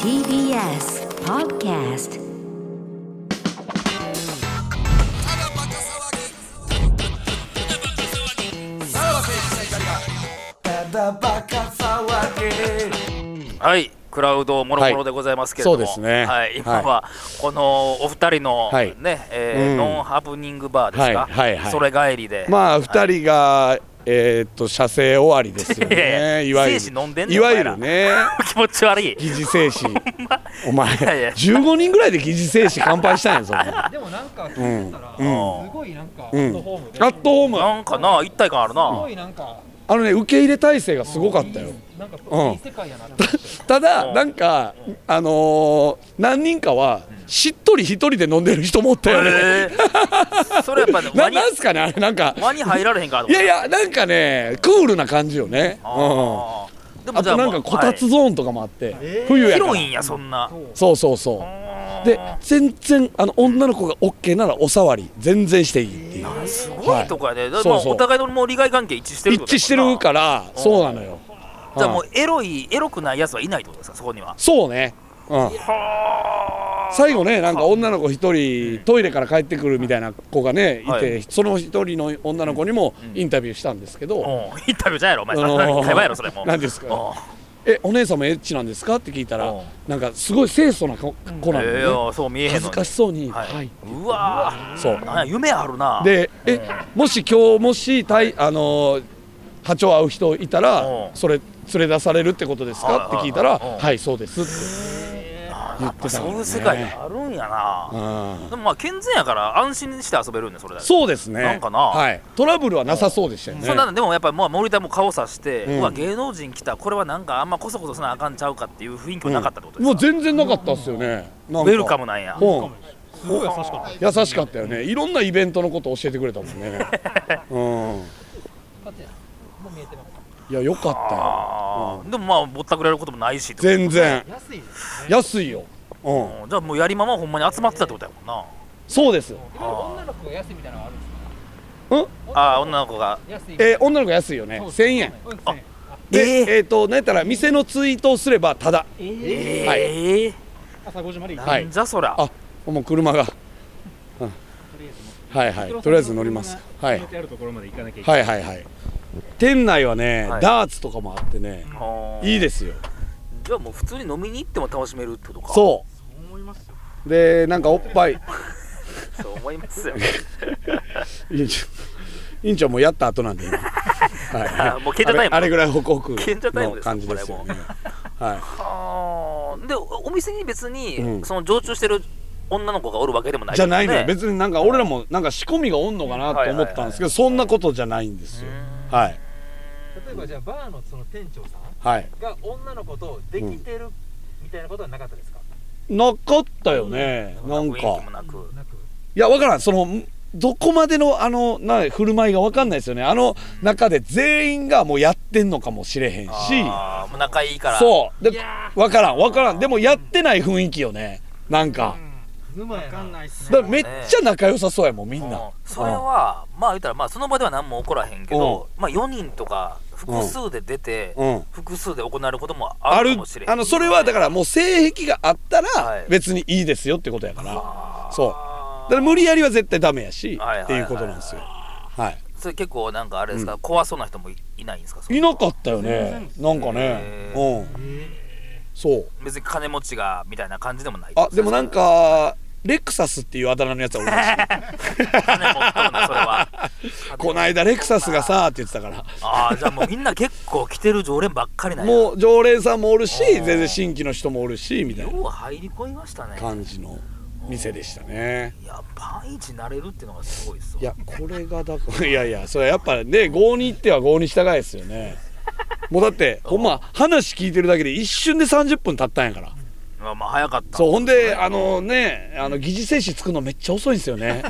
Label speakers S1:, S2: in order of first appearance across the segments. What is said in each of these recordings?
S1: TBS Podcast
S2: はい、クラウドもろもろでございますけれども、
S3: はいそうですね
S2: はい、今はこのお二人のね、
S3: はい
S2: えー
S3: うん
S2: ノンハプニングバーですか、
S3: はいはいはい
S2: それ帰りで、
S3: まあ二人が、えーっと射精終わりですよ
S2: いや
S3: ね
S2: いや
S3: いわゆ
S2: 精子飲んでん
S3: る
S2: ねん
S3: いわゆ
S2: お
S3: るね
S2: 気持ち悪い。
S3: 疑似 精子お前
S2: いやいや
S3: 15人ぐらいで疑似精子乾杯したんやぞア
S4: でもなんか聞いてたら、
S3: うん
S4: すごいなんか、
S3: うん
S4: アットホームで、
S3: ットホーム
S2: なんかな、一体感ある
S4: す
S2: な
S4: ご。いなんか、
S3: あのね受け入れ体制がすごかったよ
S4: なんか、
S3: うん
S4: いい世界やなって思って。
S3: ただなんかあのー何人かはしっとり一人で飲んでる人もおったよね
S2: えーそれやっぱね、
S3: な
S2: 輪に
S3: なんすかねあれなんか
S2: 輪に入られへんから。
S3: いやいやなんかねクールな感じよねうん
S2: あー、でも
S3: あ
S2: じゃ
S3: と
S2: あ
S3: なん
S2: まあ
S3: かこたつ
S2: は
S3: ゾーンとかもあって
S4: えー
S3: 冬
S2: い
S3: やから
S2: 広いんやそんな。
S3: そうそうそうで全然あの女の子が OK ならおさわり全然していいっていう
S2: すごいとこやね。だから
S3: そう
S2: まあ
S3: そう
S2: お互いのもう利害関係一致してるってこ
S3: 一
S2: と
S3: 致
S2: や
S3: してるからら
S2: うん
S3: そうなのよ
S2: な。じゃあも
S3: う
S2: うエロいエロくないやつはいないってことですかそこには。
S3: そうねうん最後ねなんか女の子一人トイレから帰ってくるみたいな子がねい
S2: は
S3: て
S2: い
S3: その一人の女の子にもインタビューしたんですけど
S2: うんインタビューじゃないやろお前。
S3: あのー
S2: 会話やろそれも。
S3: 何ですか
S2: うん
S3: 「えお姉さんもエッチなんですか?」って聞いたら
S2: うん
S3: なんかすごい清楚な子子なん
S2: え
S3: で
S2: え
S3: ね
S2: よそう見えへんの
S3: 恥ずかしそうに「
S2: はい
S3: はい」
S2: うわ
S3: そう
S2: ーなんや夢あるな
S3: で、え、もし今日もし、たい、あのー。波長会う人いたら
S2: う、ん
S3: それ連れ出されるってことです
S2: はいは
S3: か
S2: い
S3: って聞いたら、
S2: うん
S3: はい、そうですって。言ってた
S2: そ
S3: んだね
S2: ういう世界があるんや
S3: う
S2: なんでもまあ健全やから安心して遊べるんでそれだけ
S3: そうですね。
S2: なんかな
S3: はい、トラブルはなさそうでしたよ
S2: そうなん
S3: ね。
S2: だでもやっぱりもう森田も顔さして、
S3: うん
S2: うわ芸能人来たこれはなんかあんまこそこそせなあかんちゃうかっていう雰囲気はなかったってことです
S3: もう
S2: か、
S3: 全然なかったですよね。なん
S2: ウ
S3: か
S2: ェルカムなんや、
S3: うん
S4: すごい優しかっ
S3: 優しかったよね。いろんなイベントのこと教えてくれたもんね。 う
S4: た。だってもう見えてなかっ
S3: ん。いや、よかったよ。
S2: あーでもまあぼったくられることもないしってこと
S3: 全然
S4: た。安いですね。
S3: 安いよ。うん。
S2: うんじゃあもうやりままほんまに集まってたってことやもんな
S3: そうです。
S4: 今の女の子が安いみたいなのあるんですか。
S3: うん。
S2: ああ女の子が
S4: 安い。
S3: えー、女の子安いよね。1000円。
S4: うん。1000円。
S3: で、
S2: え
S3: えっ、と、なんやったら、店のツイートをすれば、ただ。
S4: ええ。
S3: はい
S2: ええ
S4: 朝5時まで行っ
S3: は
S2: ないんじゃそりゃ
S3: あもう車が、うんはいはいとりあえず乗りますはい
S4: てあるところまで行かなきゃいけない。
S3: はいはいはい店内はね、
S2: はい
S3: ダーツとかもあってね
S2: うん
S3: いいですよ
S2: じゃあもう普通に飲みに行っても楽しめるってことか
S3: そうでなんかおっぱい
S2: そう思いますよ
S3: 院長院長もうやった後な んで今、は
S2: あもう賢者タイム
S3: あれあれぐらいホク ホク
S2: 賢者タイム
S3: の
S2: です
S3: 感じですよ
S2: これ
S3: ねは
S2: あーでおお店に別に、
S3: うん
S2: その常駐してる女の子がおるわけでもない
S3: い
S2: で
S3: じ
S2: す
S3: ゃ
S2: よね
S3: ないのよ別になんか俺らもなんか仕込みがおんのかなと思ったんですけど、そんなことじゃないんですよはい
S4: 例えばじゃあバーのその店長さん
S3: はい
S4: が女の子とできてるみたいなことはなかったですか。
S3: なかったよねなん
S2: 雰囲気
S3: か
S2: もなく
S4: なく。
S3: いや、わからん。その、んどこまでの、あの、な、振る舞いがわかんないですよね。あの中で全員がもうやってんのかもしれへんし、
S2: あーもう仲いいから
S3: そう。
S4: い
S3: で、
S4: や
S3: わからん、わからん。でもやってない雰囲気よね。なんか。
S4: 沼やな。わかんないっす
S3: だからめっちゃ仲良さそうやもん、み
S2: うんん
S3: な。
S2: それはまあ言ったらまあその場では何も起こらへんけどまあ4人とか複数で出て
S3: うんうん
S2: 複数で行われることもあ
S3: あ
S2: る
S3: る
S2: かもしれへん
S3: あのそれはだからもう性癖があった
S2: は
S3: ら
S2: い
S3: 別にいいですよってことやから、そうだから無理やりは絶対ダメやし、
S2: はいはいはい
S3: っていうことなんですよは
S2: それ結構なんかあれですか怖そうな人もいいないんですかそ
S3: い
S2: の
S3: いなかったよねなんかね
S2: へ
S3: うんそう
S2: 別に金持ちがみたいな感じでもない
S3: あでもなんかレクサスっていうあだ名のやつはおるらしい
S2: 金持っとるなそれは
S3: こないだレクサスがさーって言ってたか
S2: ああじゃあもうみんな結構来てる常連ばっかりな
S3: ら
S2: んや
S3: もう常連さんもおるし全然新規の人もおるしみたいな
S2: よう入り込みましたね
S3: 感じの店でしたね
S2: いやパンイチなれるってのがすごいっすわ
S3: いやこれがだからいやいやそれはやっぱね郷に行っては郷に従えですよねもうだってほんま話聞いてるだけで一瞬で30分経ったんやから
S2: まあまあ早かった
S3: そうほんであのねあの疑似精子作るのめっちゃ遅いんですよね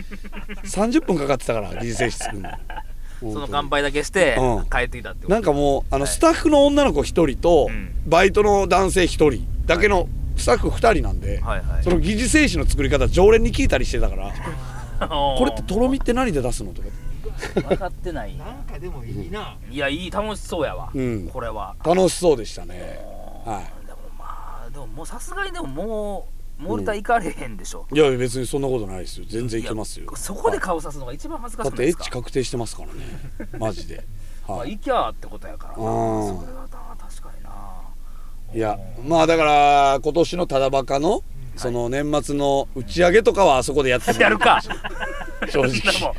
S3: 30分かかってたから疑似精子作るの
S2: その
S3: 本当に
S2: 乾杯だけして
S3: うん
S2: 帰ってきたってこと
S3: なんかもうあの
S2: はい
S3: スタッフの女の子一人と
S2: うん
S3: バイトの男性一人だけのスタッフ二人なんで、
S2: はいはい
S3: その疑似精子の作り方常連に聞いたりしてたからこ
S2: こ
S3: れってとろみって何で出すのとか
S2: 分かってない
S4: なんかでもいいな。
S2: いやいい楽しそうやわ、
S3: うん
S2: これは
S3: 楽しそうでしたねは
S2: でもまあやでももうさすがにでももうモルタ行かれへんでしょ、
S3: いや別にそんなことないですよ全然いけますよ
S2: そこで顔さすのが一番恥ずかし
S3: だ
S2: く
S3: っ
S2: ない
S3: てエ
S2: です
S3: ッ
S2: か
S3: チ確定してますからねマジで、
S2: まあ、
S3: はい、
S2: 行きゃーってことやからな
S3: うん
S2: それはな確かにない
S3: やまあだから今年のただバカのその年末の打ち上げとかはあそこで やってもい い
S2: やるか
S3: 正直
S2: そんなもん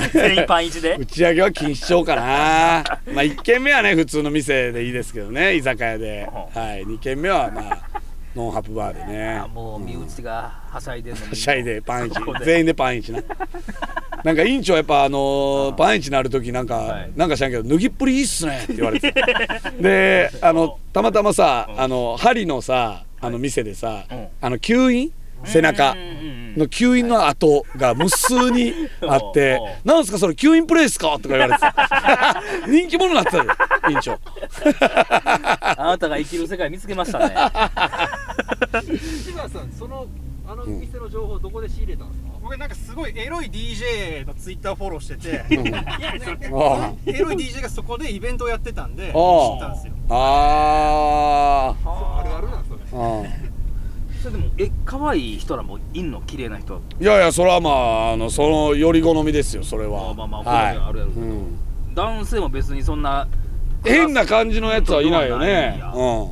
S3: はい
S2: 全員パン一で
S3: 打ち上げは禁止しようかな まあ1軒目はね普通の店でいいですけどね居酒屋で、
S2: う
S3: はい、2軒目はまあノンハプバーでね
S2: あもう身内がはしゃいでるのに
S3: シャイでパンイチ
S2: そこで
S3: 全員でパンイ チななんか委員長やっぱあのーパンイチになる時なんか、
S2: はい
S3: なんか知らんけど脱ぎっぷりいいっすねって言われてた であのたまたまさあの針のさあの店でさ、
S2: うん
S3: あの吸引背中
S2: うんうんうん
S3: の吸引の跡が無数にあって
S2: おうおう
S3: 「なんすかそれ吸引プレイですか?」とか言われて さ人気者になってたで委員長
S2: あなたが生きる世界見つけました ね
S4: 志村さんそのあの店の情報どこで仕入れたんですか、
S1: 僕なんかすごいエロい DJ のツイッターフォローしてて、
S3: あ
S1: エロい DJ がそこでイベントをやってたんで知っ
S3: あ
S1: たんですよ
S3: あー
S4: あるあるなんですかね
S3: あー
S2: それでもえ可愛い人らもいんの綺麗な人
S3: いやいやそれはまああのそのより好みですよそれ
S2: ま
S3: は
S2: あまあまあ、好みは
S3: は
S2: あるやろう
S3: い、
S2: け
S3: う
S2: ど
S3: ん、
S2: 男性も別にそんな
S3: 変な感じのやつはいないよね
S2: そうなん
S3: うん
S2: へ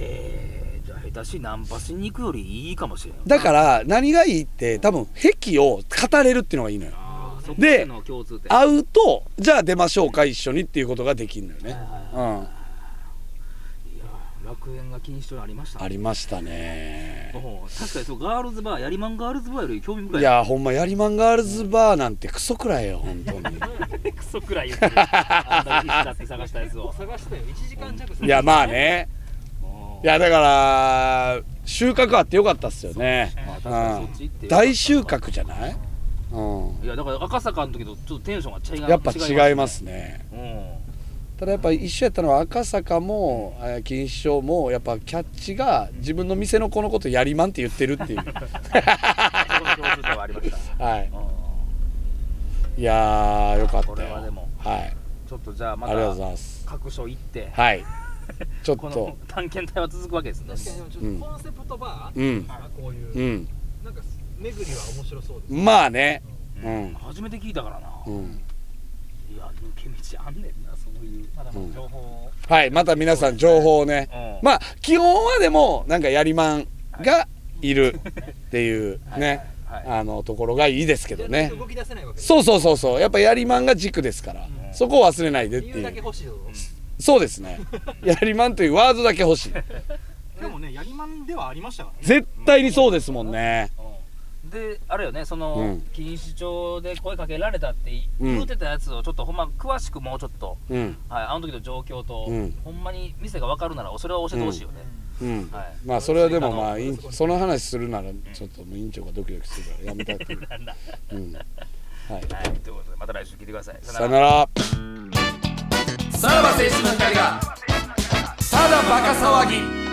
S2: えじゃあ下手しナンパしに行くよりいいかもしれん
S3: だから何がいいって多分癖を語れるっていうのがいいのよ
S2: あーそこ
S3: で
S2: での共通点
S3: 会うとじゃあ出ましょうか一緒にっていうことができるのよね、うん、
S2: いや楽園が禁止症ありましたね
S3: ありましたね
S2: おう確かにそうガールズバーやりまんガールズバーより興味深い
S3: いやほんまやりまんガールズバーなんてクソくらいよ本当に
S2: クソくらい言ってるあんだけ必死だって探したやつを
S4: 探したよ1時間弱
S3: いやまあねい やだから収穫あってよかったっすよね
S2: まあ確かにそっち行っ
S3: う
S2: て
S3: ん大収穫じゃない、う
S2: いやだから赤坂の時とちょっとテンションが違い
S3: ん、やっぱ違い
S2: ま
S3: ますね
S2: すね
S3: ただやっぱ一緒やったのは赤坂もえー錦糸町もやっぱキャッチが自分の店の子のことやりまんって言ってるっ ていう
S2: うんそこの共通点はありました
S3: はい
S2: うん
S3: いやーよかった
S2: こ
S3: よ
S2: れはでも
S3: はい、
S2: ちょっとじゃあま
S3: ありがとうござい
S2: た
S3: ます
S2: 各所行って
S3: はいちょっ
S2: ことの探検隊は続くわけですね
S4: 確かにでもちょっとコンセプトバー、
S3: うん
S4: あこういう、
S3: うん
S4: なんか巡りは面白そうです
S3: まあねう
S2: うん
S3: ん
S2: 初めて聞いたからな
S3: うん
S2: いや抜け道あんねんなそういう
S1: まだ
S3: う
S1: も
S3: ん
S1: う情報を
S3: はいまた皆さん情報をね
S2: うん
S3: まあ基本はでもなんかやりまんがいるっていうね
S2: はい
S3: あのところがいいですけ
S4: じゃ
S3: ど
S4: ない
S3: ね
S4: と動き出せないわけです
S3: そうそうそうそうやっぱやりまんが軸ですから
S2: うん
S3: そこを忘れないでって
S4: 理由
S3: い
S4: だけ
S3: う
S4: 欲しいぞ、
S3: そうです ねやりまんというワードだけ欲しい
S1: でもねやりまんではありましたからね
S3: 絶対にそうですもんね
S2: うんであれよねその、
S3: うん
S2: 錦糸町で声かけられたってい言うてたやつをちょっとほんま詳しくもうちょっと、
S3: うん
S2: はい、あの時の状況と、
S3: うん
S2: ほんまに店が分かるならそれを教えてほしいよね、
S3: うん
S2: はい
S3: まあそれはでもま
S2: あ
S3: あ委員その話するならちょっともう委員長がドキドキするからやめた く
S2: のなんだ
S3: うんはい
S2: はいということでまた来週聞いてください
S3: さよなら
S5: さらば青春の光がただバカ騒ぎ